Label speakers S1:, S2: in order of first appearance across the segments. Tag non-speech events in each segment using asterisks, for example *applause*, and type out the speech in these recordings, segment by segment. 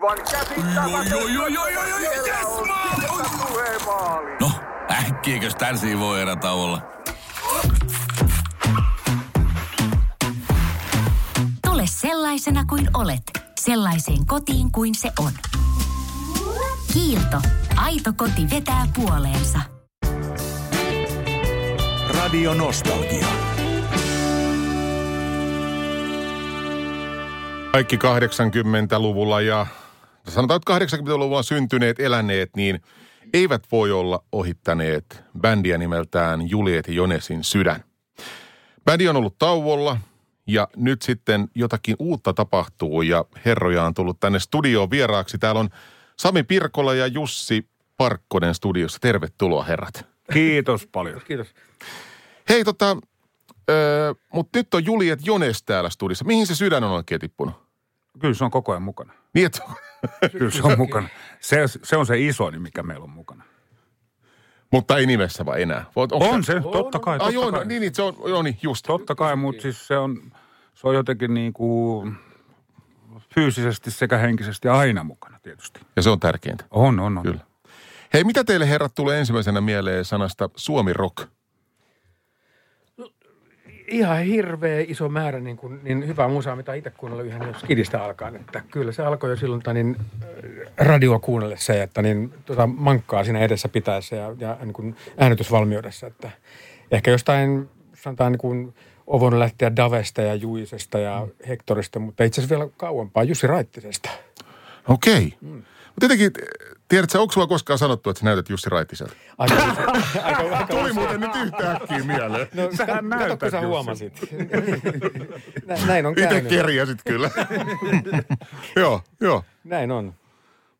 S1: aivan käsittämätöntä.
S2: Oi, oi, oi, oi, oi,
S1: Siellä
S2: yes,
S1: on
S2: maali!
S1: Sirkka Suhe maali.
S2: No, äkkiäkös tän voi erätauolla?
S3: Tule sellaisena kuin olet, sellaiseen kotiin kuin se on. Kiilto. Aito koti vetää puoleensa.
S4: Radio Nostalgia.
S5: Kaikki 80-luvulla ja sanotaan, että 80-luvulla syntyneet, eläneet, niin eivät voi olla ohittaneet bändiä nimeltään Juliet Jonesin sydän. Bändi on ollut tauolla ja nyt sitten jotakin uutta tapahtuu ja herroja on tullut tänne studioon vieraaksi. Täällä on Sami Pirkola ja Jussi Parkkonen studiossa. Tervetuloa herrat.
S6: Kiitos paljon. Kiitos.
S5: Hei tota, öö, mutta nyt on Juliet Jones täällä studiossa. Mihin se sydän on oikein tippunut?
S6: Kyllä se on koko ajan mukana.
S5: Niin, et,
S6: Kyllä se on mukana. Se, se on se isoin, mikä meillä on mukana.
S5: mutta ei nimessä vai enää? Voit- onks
S6: On
S5: tää-
S6: se, totta kai.
S5: Ai joo,
S6: Totta kai,
S5: niin, niin, se on, joo, niin, just.
S6: totta kai mutta siis se on, se on jotenkin niin kuin fyysisesti sekä henkisesti aina mukana tietysti.
S5: Ja se on tärkeintä.
S6: On, on, on.
S5: Kyllä. Hei, mitä teille herrat tulee ensimmäisenä mieleen sanasta Suomi Rock?
S7: ihan hirveä iso määrä niin, kuin, niin hyvää musaa, mitä itse kuunnellut ihan jos kidistä alkaen. Että kyllä se alkoi jo silloin tota, niin, äh, radioa kuunnellessa ja että niin, tota, mankkaa siinä edessä pitäessä ja, ja niin kuin äänitysvalmiudessa. Että ehkä jostain sanotaan niin kuin, on voinut lähteä Davesta ja Juisesta ja Hectorista, mutta itse asiassa vielä kauempaa Jussi Raittisesta.
S5: Okei. Okay. Mm. Tietenkin, tiedätkö, onko sulla koskaan sanottu, että sä näytät Jussi Raittiselta?
S7: Aika, aika, aika
S5: Tuli muuten nyt yhtäkkiä mieleen.
S7: No,
S6: Sähän
S7: Sähän
S6: näytät,
S7: näytät, kun sä
S6: Jussi.
S7: huomasit. *laughs* Nä, näin on
S5: Itse
S7: käynyt.
S5: kerjäsit kyllä. joo, joo.
S7: Näin on.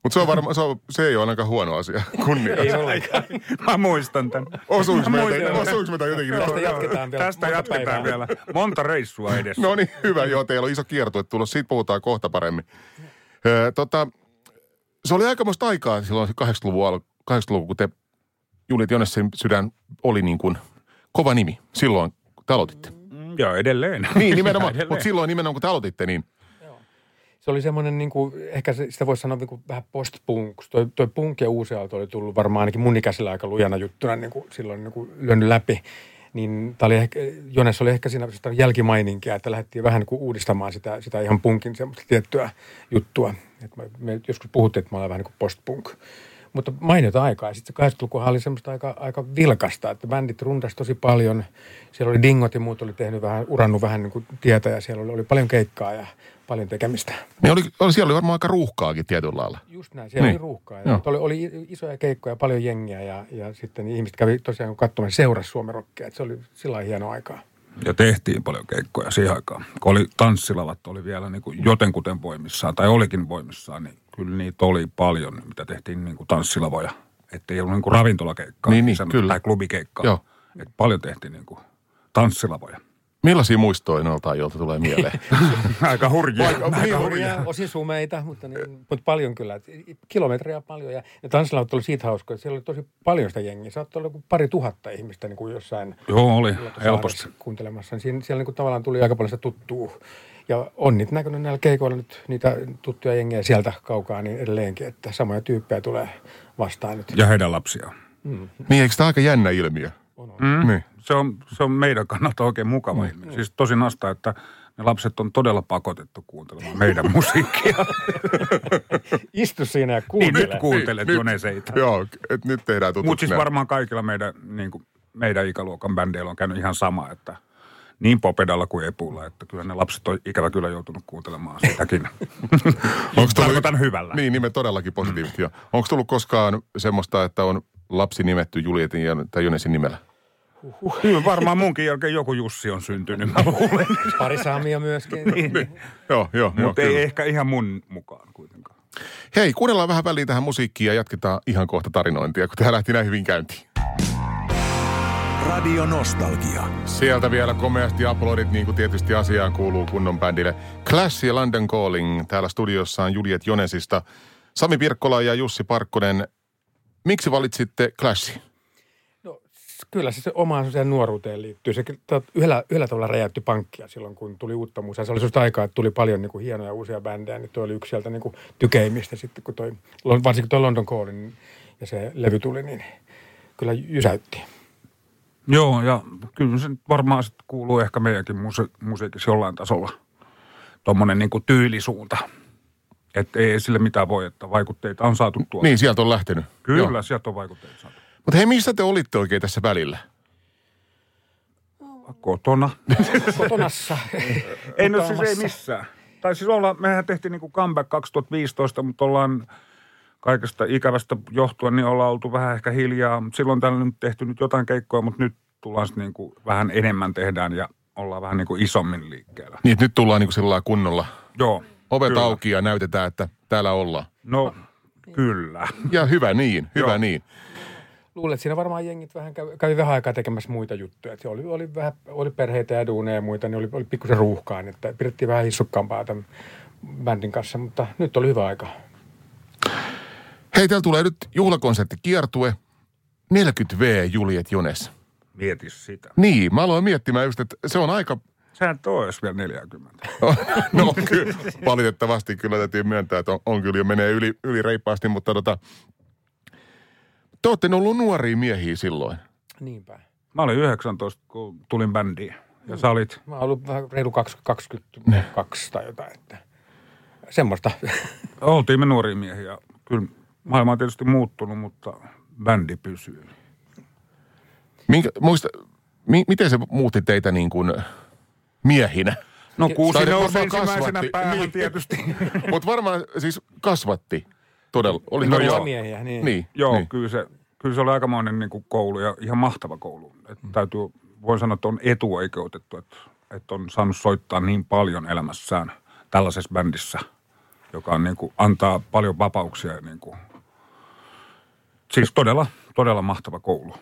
S5: Mutta se, on varma, se, on, se ei ole ainakaan huono asia. Kunnia.
S7: Ei ollenkaan.
S6: *laughs* Mä muistan tämän.
S5: Osuinko
S6: Mä
S5: mä,
S6: muistan
S5: tein-
S6: tämän.
S5: osuinko mä tämän jotenkin
S7: Tästä
S5: nyt?
S7: jatketaan vielä.
S6: Tästä
S7: monta
S6: jatketaan
S7: päivää.
S6: vielä. Monta reissua edessä.
S5: No niin, hyvä. Joo, teillä on iso kiertue tulossa. Siitä puhutaan kohta paremmin. Öö, tota, se oli aikamoista aikaa silloin 80-luvun, al- 80-luvun kun te Juliet Jonessin sydän oli niin kuin kova nimi silloin, kun te aloititte.
S6: Mm, Joo, edelleen.
S5: Niin, nimenomaan.
S6: Ja *laughs* edelleen.
S5: Mutta silloin nimenomaan, kun te aloititte, niin
S7: Se oli semmoinen, niin kuin, ehkä se- sitä voisi sanoa niin kuin, vähän post-punk. Toi, toi punk ja uusi auto oli tullut varmaan ainakin mun ikäisellä aika lujana juttuna niin kuin, silloin niin kuin, lyönyt läpi. Niin tää oli ehkä, Jones oli ehkä siinä sitä jälkimaininkia, että lähdettiin vähän niin kuin uudistamaan sitä, sitä ihan punkin semmoista tiettyä juttua. Et me, me joskus puhuttiin, että me ollaan vähän niin kuin post-punk. Mutta mainiota aikaa. Ja Sitten se 80-lukuhan oli semmoista aika, aika vilkasta, että bändit rundas tosi paljon. Siellä oli dingot ja muut oli tehnyt vähän, urannut vähän niin kuin tietä ja siellä oli, oli paljon keikkaa ja paljon tekemistä.
S5: ne oli, oli, siellä oli varmaan aika ruuhkaakin tietyllä lailla.
S7: Just näin, siellä
S5: Niin.
S7: oli ruuhkaa.
S5: Joo.
S7: Ja oli, oli isoja keikkoja, paljon jengiä ja, ja sitten ihmiset kävi tosiaan katsomassa seurasi Suomen rockia. että Se oli sillä lailla hienoa aikaa.
S6: Ja tehtiin paljon keikkoja siihen aikaan. Kun oli, tanssilavat oli vielä niin kuin jotenkuten voimissaan, tai olikin voimissaan, niin kyllä niitä oli paljon, mitä tehtiin niin kuin tanssilavoja. Että ei ollut niin kuin ravintolakeikkaa
S5: Niin, niin,
S6: sanotaan,
S5: kyllä.
S6: tai klubikeikkaa.
S5: Joo.
S6: Et paljon tehtiin niin kuin tanssilavoja.
S5: Millaisia muistoja noilta joilta tulee mieleen?
S6: *laughs* Aika hurjia.
S5: niin,
S7: Hurjaa, osin sumeita, mutta, niin, mutta paljon kyllä. Et Kilometrejä paljon ja, ja tanssilaut oli siitä hauskoja, että siellä oli tosi paljon sitä jengiä. Saattoi olla kuin pari tuhatta ihmistä niin kuin jossain
S6: Joo, oli helposti.
S7: saaressa kuuntelemassa. niin Siinä, siellä niin kuin tavallaan tuli aika paljon sitä tuttuu. Ja on niitä näkynyt näillä keikoilla nyt niitä tuttuja jengejä sieltä kaukaa niin edelleenkin, että samoja tyyppejä tulee vastaan nyt.
S6: Ja heidän lapsiaan.
S5: niin, eikö tämä aika jännä ilmiö? Mm. Niin.
S6: se on, se on meidän kannalta oikein mukava mm. ilmiö. Siis tosi nasta, että ne lapset on todella pakotettu kuuntelemaan meidän musiikkia.
S7: Istu siinä ja
S6: niin
S7: kuuntele.
S6: nyt kuuntelet
S5: Nyt-
S6: Joneseita.
S5: Joo, et nyt tehdään tutuksi.
S6: Mutta siis
S5: nämä.
S6: varmaan kaikilla meidän, niin kuin, meidän ikäluokan bändeillä on käynyt ihan sama, että niin popedalla kuin epulla, että kyllä ne lapset on ikävä kyllä joutunut kuuntelemaan
S5: *laughs*
S6: sitäkin.
S5: Onks tullut-
S6: Tarkoitan hyvällä.
S5: Niin, nimen todellakin positiivisesti. joo. Onko tullut koskaan semmoista, että on lapsi nimetty Julietin ja, tai Jonesin nimellä?
S6: Niin, varmaan munkin jälkeen joku Jussi on syntynyt, mä
S5: *laughs*
S6: luulen.
S7: Pari saamia myöskin.
S6: Niin.
S5: Joo, joo. Niin. joo
S6: Mutta ei
S5: kyllä.
S6: ehkä ihan mun mukaan kuitenkaan.
S5: Hei, kuunnellaan vähän väliin tähän musiikkiin ja jatketaan ihan kohta tarinointia, kun tämä lähti näin hyvin käyntiin.
S4: Radio Nostalgia.
S5: Sieltä vielä komeasti aplodit, niin kuin tietysti asiaan kuuluu kunnon bändille. Clash ja London Calling täällä studiossa on Juliet Jonesista. Sami Pirkkola ja Jussi Parkkonen, miksi valitsitte Clashin?
S7: No, Kyllä, siis se omaan sen nuoruuteen liittyy. Se ta- yhdellä, yhdellä tavalla räjäytti pankkia silloin, kun tuli uutta musaa. Se oli sellaista aikaa, että tuli paljon niin kuin, hienoja uusia bändejä, niin toi oli yksi sieltä niin kuin, tykeimmistä sitten, kun toi, lon- varsinkin toi London Calling niin, ja se levy tuli, niin kyllä jysäytti.
S6: Joo, ja kyllä se nyt varmaan sit kuuluu ehkä meidänkin musi- musiikissa jollain tasolla tuommoinen niin tyylisuunta. Että ei sille mitään voi, että vaikutteita on saatu tuolta.
S5: Niin, sieltä on lähtenyt.
S6: Kyllä, Joo. sieltä on vaikutteita saatu.
S5: Mutta hei, missä te olitte oikein tässä välillä?
S6: Kotona.
S7: Kotonassa.
S6: ei, no siis ei
S7: Ottaamassa.
S6: missään. Tai siis ollaan, mehän tehtiin niin kuin comeback 2015, mutta ollaan kaikesta ikävästä johtuen, niin ollaan oltu vähän ehkä hiljaa. Mut Silloin täällä on nyt tehty nyt jotain keikkoja, mutta nyt tullaan sitten niin kuin vähän enemmän tehdään ja ollaan vähän niin kuin isommin liikkeellä.
S5: Niin, että nyt tullaan niin kuin sillä lailla kunnolla.
S6: Joo.
S5: Ovet
S6: kyllä.
S5: auki ja näytetään, että täällä ollaan.
S6: No, kyllä.
S5: Ja hyvä niin, hyvä
S6: Joo.
S5: niin.
S7: Luulen, että siinä varmaan jengit vähän kävi, kävi vähän aikaa tekemässä muita juttuja. Et se oli, oli, vähän, oli perheitä ja duuneja ja muita, niin oli, oli pikkusen ruuhkaan. Että pidettiin vähän hissukkaampaa tämän bändin kanssa, mutta nyt oli hyvä aika.
S5: Hei, täällä tulee nyt juhlakonsertti kiertue. 40V Juliet Jones.
S6: Mieti sitä.
S5: Niin, mä aloin miettimään just, että se on aika... *laughs*
S6: Sä et oo edes vielä 40.
S5: No kyllä, valitettavasti kyllä täytyy myöntää, että on, on kyllä jo menee yli, yli reippaasti, mutta tota... Te ootte ollut nuoria miehiä silloin.
S7: Niinpä.
S6: Mä olin 19, kun tulin bändiin. Ja sä olit,
S7: Mä oon ollut vähän reilu 20, 22 tai jotain, että semmoista. *laughs*
S6: oltiin me nuoria miehiä. Kyllä maailma on tietysti muuttunut, mutta bändi pysyy.
S5: Minkä, muista, mi, miten se muutti teitä niin kuin miehinä?
S6: No kuusi
S5: Sain
S6: nousi
S5: varmaan
S6: ensimmäisenä
S5: kasvatti.
S6: päähän
S5: Niin. *laughs*
S6: tietysti.
S5: Mutta varmaan siis kasvatti todella. Oli
S7: No
S5: todella-
S7: joo. miehiä, niin.
S5: Niin, *laughs*
S6: Joo,
S5: niin.
S6: kyllä se, kyllä se oli aikamoinen niin kuin koulu ja ihan mahtava koulu. Et täytyy, voin sanoa, että on etuoikeutettu, että, että on saanut soittaa niin paljon elämässään tällaisessa bändissä, joka on, niin kuin, antaa paljon vapauksia. Ja, niin kuin, siis todella, todella mahtava koulu.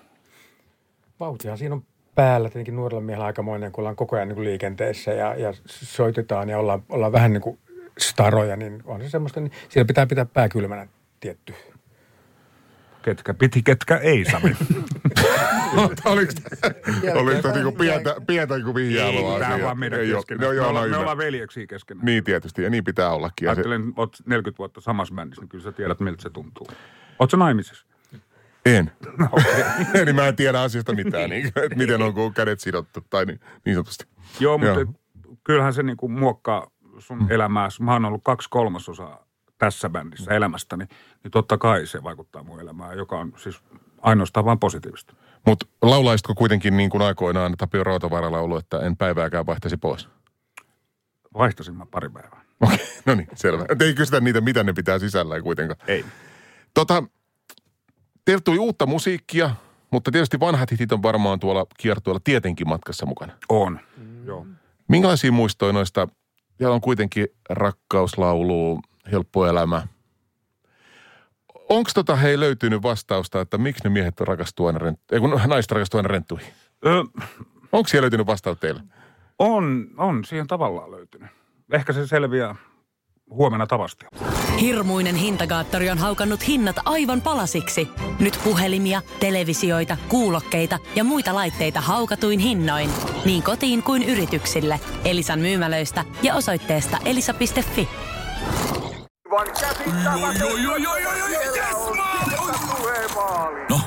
S7: Vauhtihan siinä on päällä tietenkin nuorella miehellä aikamoinen, kun ollaan koko ajan niin kuin liikenteessä ja, ja soitetaan ja ollaan, ollaan vähän niin kuin staroja, niin on se semmoista, niin siellä pitää pitää pää kylmänä tietty.
S6: Ketkä piti, ketkä ei, *laughs* Sami.
S5: Oliko oliko tämä niinku pientä, pientä niinku vihjailua
S6: Tämä
S5: asiaa?
S6: vaan meidän
S5: Ei oo-
S6: keskenään.
S5: No
S6: me,
S5: joo, no
S6: ollaan, me
S5: hyvä.
S6: ollaan veljeksiä keskenään.
S5: Niin tietysti, ja niin pitää ollakin. Ja se,
S6: Ajattelen, että oot 40 vuotta samassa bändissä, niin kyllä sä tiedät, miltä se tuntuu. Ootko naimisissa? *laughs*
S5: en.
S6: No,
S5: *laughs* Eli mä en tiedä asiasta mitään, niin, että miten on, kun on kädet sidottu, tai niin, niin sanotusti.
S6: Joo,
S5: Joo.
S6: mutta et kyllähän se niinku muokkaa sun mm. elämääsi. Mä oon ollut kaksi kolmasosaa tässä bändissä mm. elämästäni, niin totta kai se vaikuttaa mun elämään, joka on siis ainoastaan vain positiivista.
S5: Mutta laulaisitko kuitenkin niin kuin aikoinaan Tapio Rautavaralla ollut, että en päivääkään vaihtaisi pois?
S6: Vaihtasin mä pari päivää.
S5: Okei, no niin, selvä. Et Ei kysytä niitä, mitä ne pitää sisällään kuitenkaan.
S6: Ei.
S5: Tota, teiltä tuli uutta musiikkia, mutta tietysti vanhat hitit on varmaan tuolla kiertueella tietenkin matkassa mukana.
S6: On. Mm. Joo.
S5: Minkälaisia muistoja noista? Siellä on kuitenkin rakkauslaulu, helppo elämä. Onko tota hei löytynyt vastausta, että miksi ne miehet rakastuu aina renttuihin? Ei kun naiset rakastuu aina renttuihin.
S6: Ö,
S5: Onko siellä löytynyt vastaus teillä?
S6: on, on, siihen tavallaan löytynyt. Ehkä se selviää huomenna tavasti.
S8: Hirmuinen hintakaattori on haukannut hinnat aivan palasiksi. Nyt puhelimia, televisioita, kuulokkeita ja muita laitteita haukatuin hinnoin. Niin kotiin kuin yrityksille. Elisan myymälöistä ja osoitteesta elisa.fi.
S1: Aivan käsittämätöntä.
S2: Oi, oi, oi, oi, oi, oi,
S1: Siellä
S2: yes, Oh,
S1: on
S2: maali!
S1: sieltä tulee maali.
S2: No,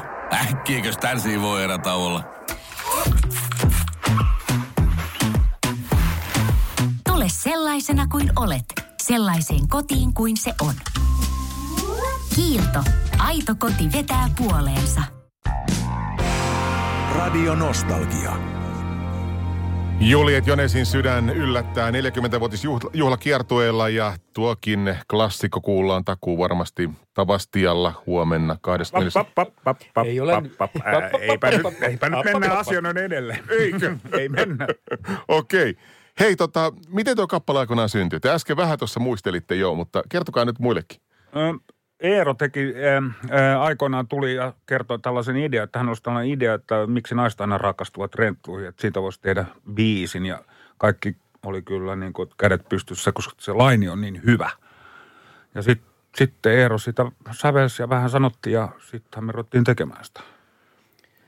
S2: äkkiäkös tän voi erä olla?
S3: Tule sellaisena kuin olet, sellaiseen kotiin kuin se on. Kiilto. Aito koti vetää puoleensa.
S4: Radio Nostalgia.
S5: Juliet Jonesin sydän yllättää 40-vuotisjuhlakiertueella ja tuokin klassikko kuullaan takuu varmasti Tavastialla huomenna 24.
S6: Pap, pap, pap, pap,
S7: Ei ole-
S6: pap, pap. Ää,
S7: pap, pap,
S6: Eipä
S7: pap,
S6: nyt,
S7: pap,
S6: eipä nyt
S7: pap,
S6: mennä
S7: pap,
S6: asioiden edelleen. Eikö? Ei mennä.
S5: Okei. Hei, tota, miten tuo kappale aikoinaan syntyi? Te äsken vähän tuossa muistelitte jo, mutta kertokaa nyt muillekin.
S6: Ö, Eero teki, ö, ö, aikoinaan tuli ja kertoi tällaisen idean, että hän olisi tällainen idea, että miksi naiset aina rakastuvat renttuihin, että siitä voisi tehdä biisin ja kaikki oli kyllä niin kuin kädet pystyssä, koska se laini on niin hyvä. Ja sit, sitten Eero sitä sävelsi ja vähän sanottiin ja sittenhän me ruvettiin tekemään sitä.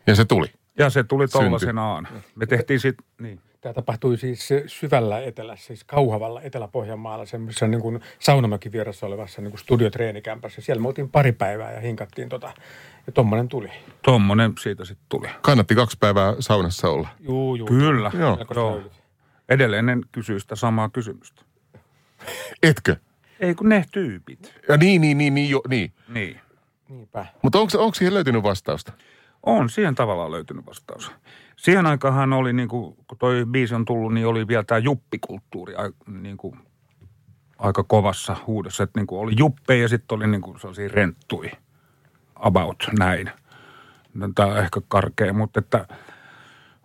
S5: Ja se tuli.
S6: Ja se tuli
S5: Syntyi.
S6: tollasenaan. Me tehtiin sit, niin.
S7: Tämä tapahtui siis syvällä etelässä, siis Kauhavalla Etelä-Pohjanmaalla, semmoisessa niin kuin Saunamäki vieressä olevassa niin kuin studiotreenikämpässä. Siellä me oltiin pari päivää ja hinkattiin tota, ja tommonen tuli.
S6: Tommonen siitä sitten tuli.
S5: Kannatti kaksi päivää saunassa olla.
S7: Juu, juu.
S6: Kyllä.
S5: Joo.
S7: Melko
S6: Joo.
S7: säilyt.
S6: Edelleen en kysy sitä samaa kysymystä.
S5: Etkö?
S6: Ei kun ne tyypit.
S5: Ja niin, niin, niin, niin, jo, niin.
S6: Niin.
S7: Niinpä.
S5: Mutta onko siihen löytynyt vastausta?
S6: On, siihen tavallaan löytynyt vastaus. Siihen aikaanhan oli, niin kuin, kun toi biisi on tullut, niin oli vielä tämä juppikulttuuri ai- niin kuin, aika kovassa huudossa. Että niin kuin oli juppeja ja sitten oli niin kuin sellaisia renttui. About näin. No, tämä on ehkä karkea, mutta, että,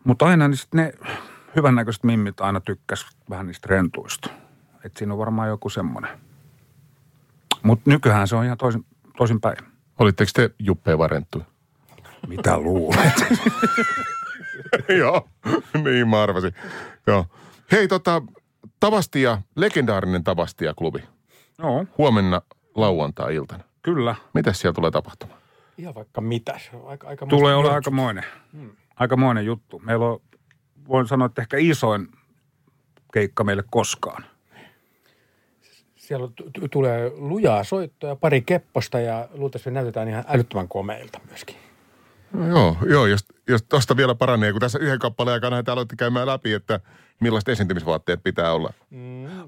S6: mutta aina niin sit ne hyvännäköiset mimmit aina tykkäs vähän niistä rentuista. Että siinä on varmaan joku semmoinen. Mutta nykyään se on ihan toisin, toisinpäin.
S5: Olitteko te juppeja varenttuja?
S6: Mitä luulet?
S5: *laughs* Joo, niin mä arvasin. Joo. Hei, tota, Tavastia, legendaarinen Tavastia-klubi.
S6: *laughs* Joo,
S5: Huomenna lauantai-iltana.
S6: kyllä.
S5: Mitäs siellä tulee tapahtumaan?
S7: Ihan vaikka mitä. Se on aika, aika
S6: Tulee olla aikamoinen.
S5: Hmm.
S6: Aikamoinen juttu. Meillä on, voin sanoa, että ehkä isoin keikka meille koskaan.
S7: Siellä on- t- tulee lujaa soittoja, pari kepposta ja luultavasti me näytetään ihan älyttömän komeilta myöskin.
S5: No joo, joo, jos, jos tosta vielä paranee, kun tässä yhden kappaleen aikana hän aloitti käymään läpi, että millaiset esiintymisvaatteet pitää olla.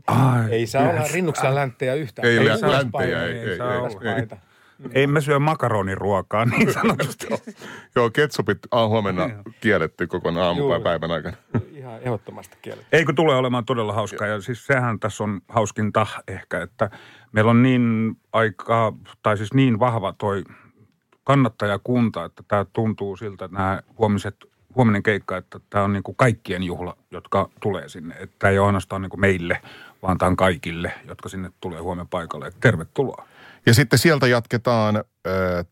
S6: Ai,
S7: Ei saa olla rinnuksella länttejä yhtään.
S5: Ei lä-
S7: saa olla
S5: länttejä,
S7: painoja,
S5: ei- ei-
S7: saa
S5: ei-
S7: olla
S5: ei.
S7: paita.
S6: Ei me syö makaroniruokaa niin
S5: *laughs*
S6: sanotusti.
S5: Joo, ketsupit on huomenna kielletty kokonaan aamupäivän aikana.
S7: Ihan ehdottomasti kieltä.
S6: Ei kun tule olemaan todella hauskaa. Ja siis sehän tässä on hauskinta ehkä, että meillä on niin aika, tai siis niin vahva toi kannattajakunta, että tämä tuntuu siltä, että nämä huomiset, huominen keikka, että tämä on niin kuin kaikkien juhla, jotka tulee sinne. Että tämä ei ole ainoastaan niin kuin meille, vaan tämä on kaikille, jotka sinne tulee huomenna paikalle. Että tervetuloa.
S5: Ja sitten sieltä jatketaan ö,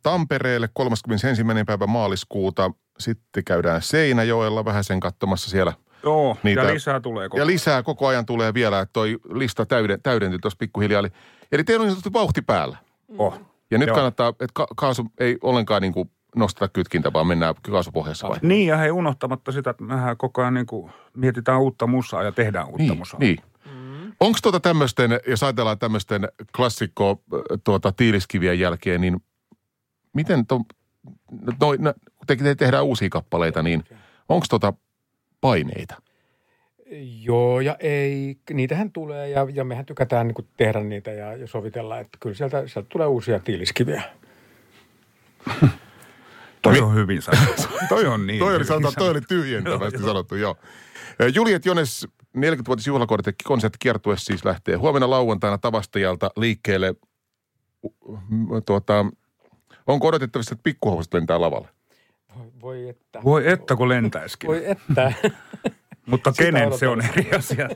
S5: Tampereelle 31. päivä maaliskuuta. Sitten käydään Seinäjoella vähän sen katsomassa siellä.
S6: Joo, Niitä.
S5: Niitä-
S6: ja lisää tulee. Koko.
S5: Ja lisää koko ajan tulee vielä, että toi lista täyden, täydentyy tuossa pikkuhiljaa. Eli, eli teillä on niin sanottu vauhti päällä.
S6: Oh.
S5: Ja nyt Joo.
S6: Joo.
S5: kannattaa, että ka- kaasu ei ollenkaan niin kuin nosteta kytkintä, vaan mennään kaasupohjassa vai?
S6: Niin, ja hei unohtamatta sitä, että mehän koko ajan niin kuin mietitään uutta musaa ja tehdään uutta
S5: Niin,
S6: musaa.
S5: niin. Onko tuota tämmöisten, jos ajatellaan tämmöisten klassikko äh, tuota, tiiliskivien jälkeen, niin miten to, noi, no, kun te, te tehdään uusia kappaleita, niin onko tuota paineita?
S7: Joo ja ei, niitähän tulee ja, ja mehän tykätään niin tehdä niitä ja, ja sovitella, että kyllä sieltä, sieltä tulee uusia tiiliskiviä.
S6: Toi on hyvin sanottu. toi on niin.
S5: *laughs* Toi oli,
S6: hyvin
S5: sanotaan, toi
S6: sanottu.
S5: oli tyhjentävästi sanottu, joo. Ö, Juliet Jones 40-vuotis juhlakortti konsertti kiertue siis lähtee huomenna lauantaina Tavastajalta liikkeelle. U- m- Tuota, onko odotettavissa, että pikkuhousut lentää lavalle?
S7: Voi, voi että.
S6: Voi
S5: *laughs*
S6: että kun lentäisikin.
S7: Voi että.
S6: Mutta
S7: Sitä
S6: kenen se on
S7: odotan.
S6: eri
S7: *laughs*
S6: asia?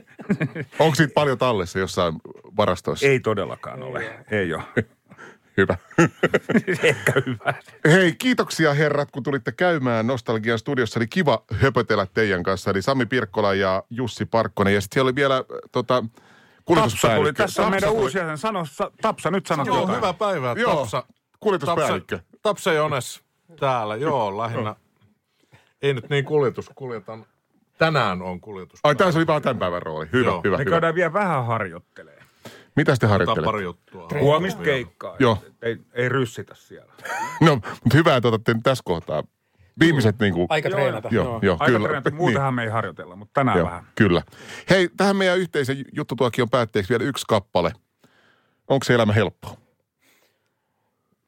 S5: Onko siitä paljon tallessa jossain varastoissa?
S6: Ei todellakaan ole. Ei
S7: *laughs*
S6: ole.
S5: Hyvä. *laughs*
S6: Ehkä hyvä.
S5: Hei, kiitoksia herrat, kun tulitte käymään Nostalgian studiossa. Oli kiva höpötellä teidän kanssa. Eli Sami Pirkkola ja Jussi Parkkonen. Ja sitten siellä oli vielä äh, tota,
S6: Tapsa
S5: kuljetuspäällikkö.
S6: tuli. Tässä on
S5: Tapsa
S6: meidän
S5: tuli.
S6: uusi jäsen. Sano, sa- Tapsa, nyt sano
S9: Joo,
S6: jotain.
S9: hyvää päivää,
S5: Joo,
S9: Tapsa.
S5: kuljetuspäällikkö.
S9: Tapsa, Tapsa Jones täällä, joo, lähinnä. Ei nyt niin kuljetus, kuljetan. Tänään on kuljetus.
S5: Ai, tässä oli vaan tämän päivän rooli. Hyvä,
S9: Joo.
S5: hyvä,
S6: Me
S5: hyvä.
S6: käydään vielä vähän harjoittelee.
S5: Mitäs te
S9: Tää on
S5: harjoittelette?
S9: pari juttua.
S6: Huomista keikkaa.
S5: Joo.
S6: Ei, ei ryssitä siellä.
S5: No, mutta hyvä, että otatte nyt tässä kohtaa. Viimeiset niin kuin...
S7: Aika treenata.
S5: Joo, joo,
S6: Aika
S5: kyllä. Niin.
S6: treenattu. Muutenhan me ei harjoitella, mutta tänään
S5: Joo,
S6: vähän.
S5: kyllä. Hei, tähän meidän yhteisen juttutuokion päätteeksi vielä yksi kappale. Onko se elämä helppoa?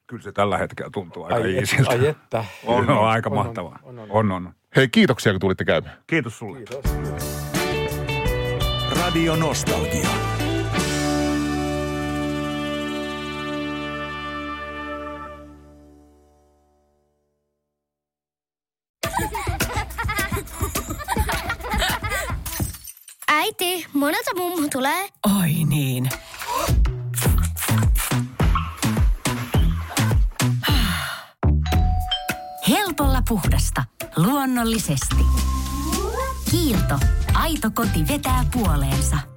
S6: Kyllä se tällä hetkellä tuntuu aika
S7: Ai, et-
S6: iisiltä.
S7: ai että.
S6: *laughs* On, on, aika
S7: On, on,
S6: mahtavaa. On
S7: on, on.
S6: on. on, on.
S5: Hei, kiitoksia, kun tulitte käymään.
S6: Kiitos sulle.
S4: Radio Nostalgia.
S10: Äiti, monelta mummu tulee?
S8: Ai niin.
S3: Helpolla puhdasta. Luonnollisesti. Kiilto. Aito koti vetää puoleensa.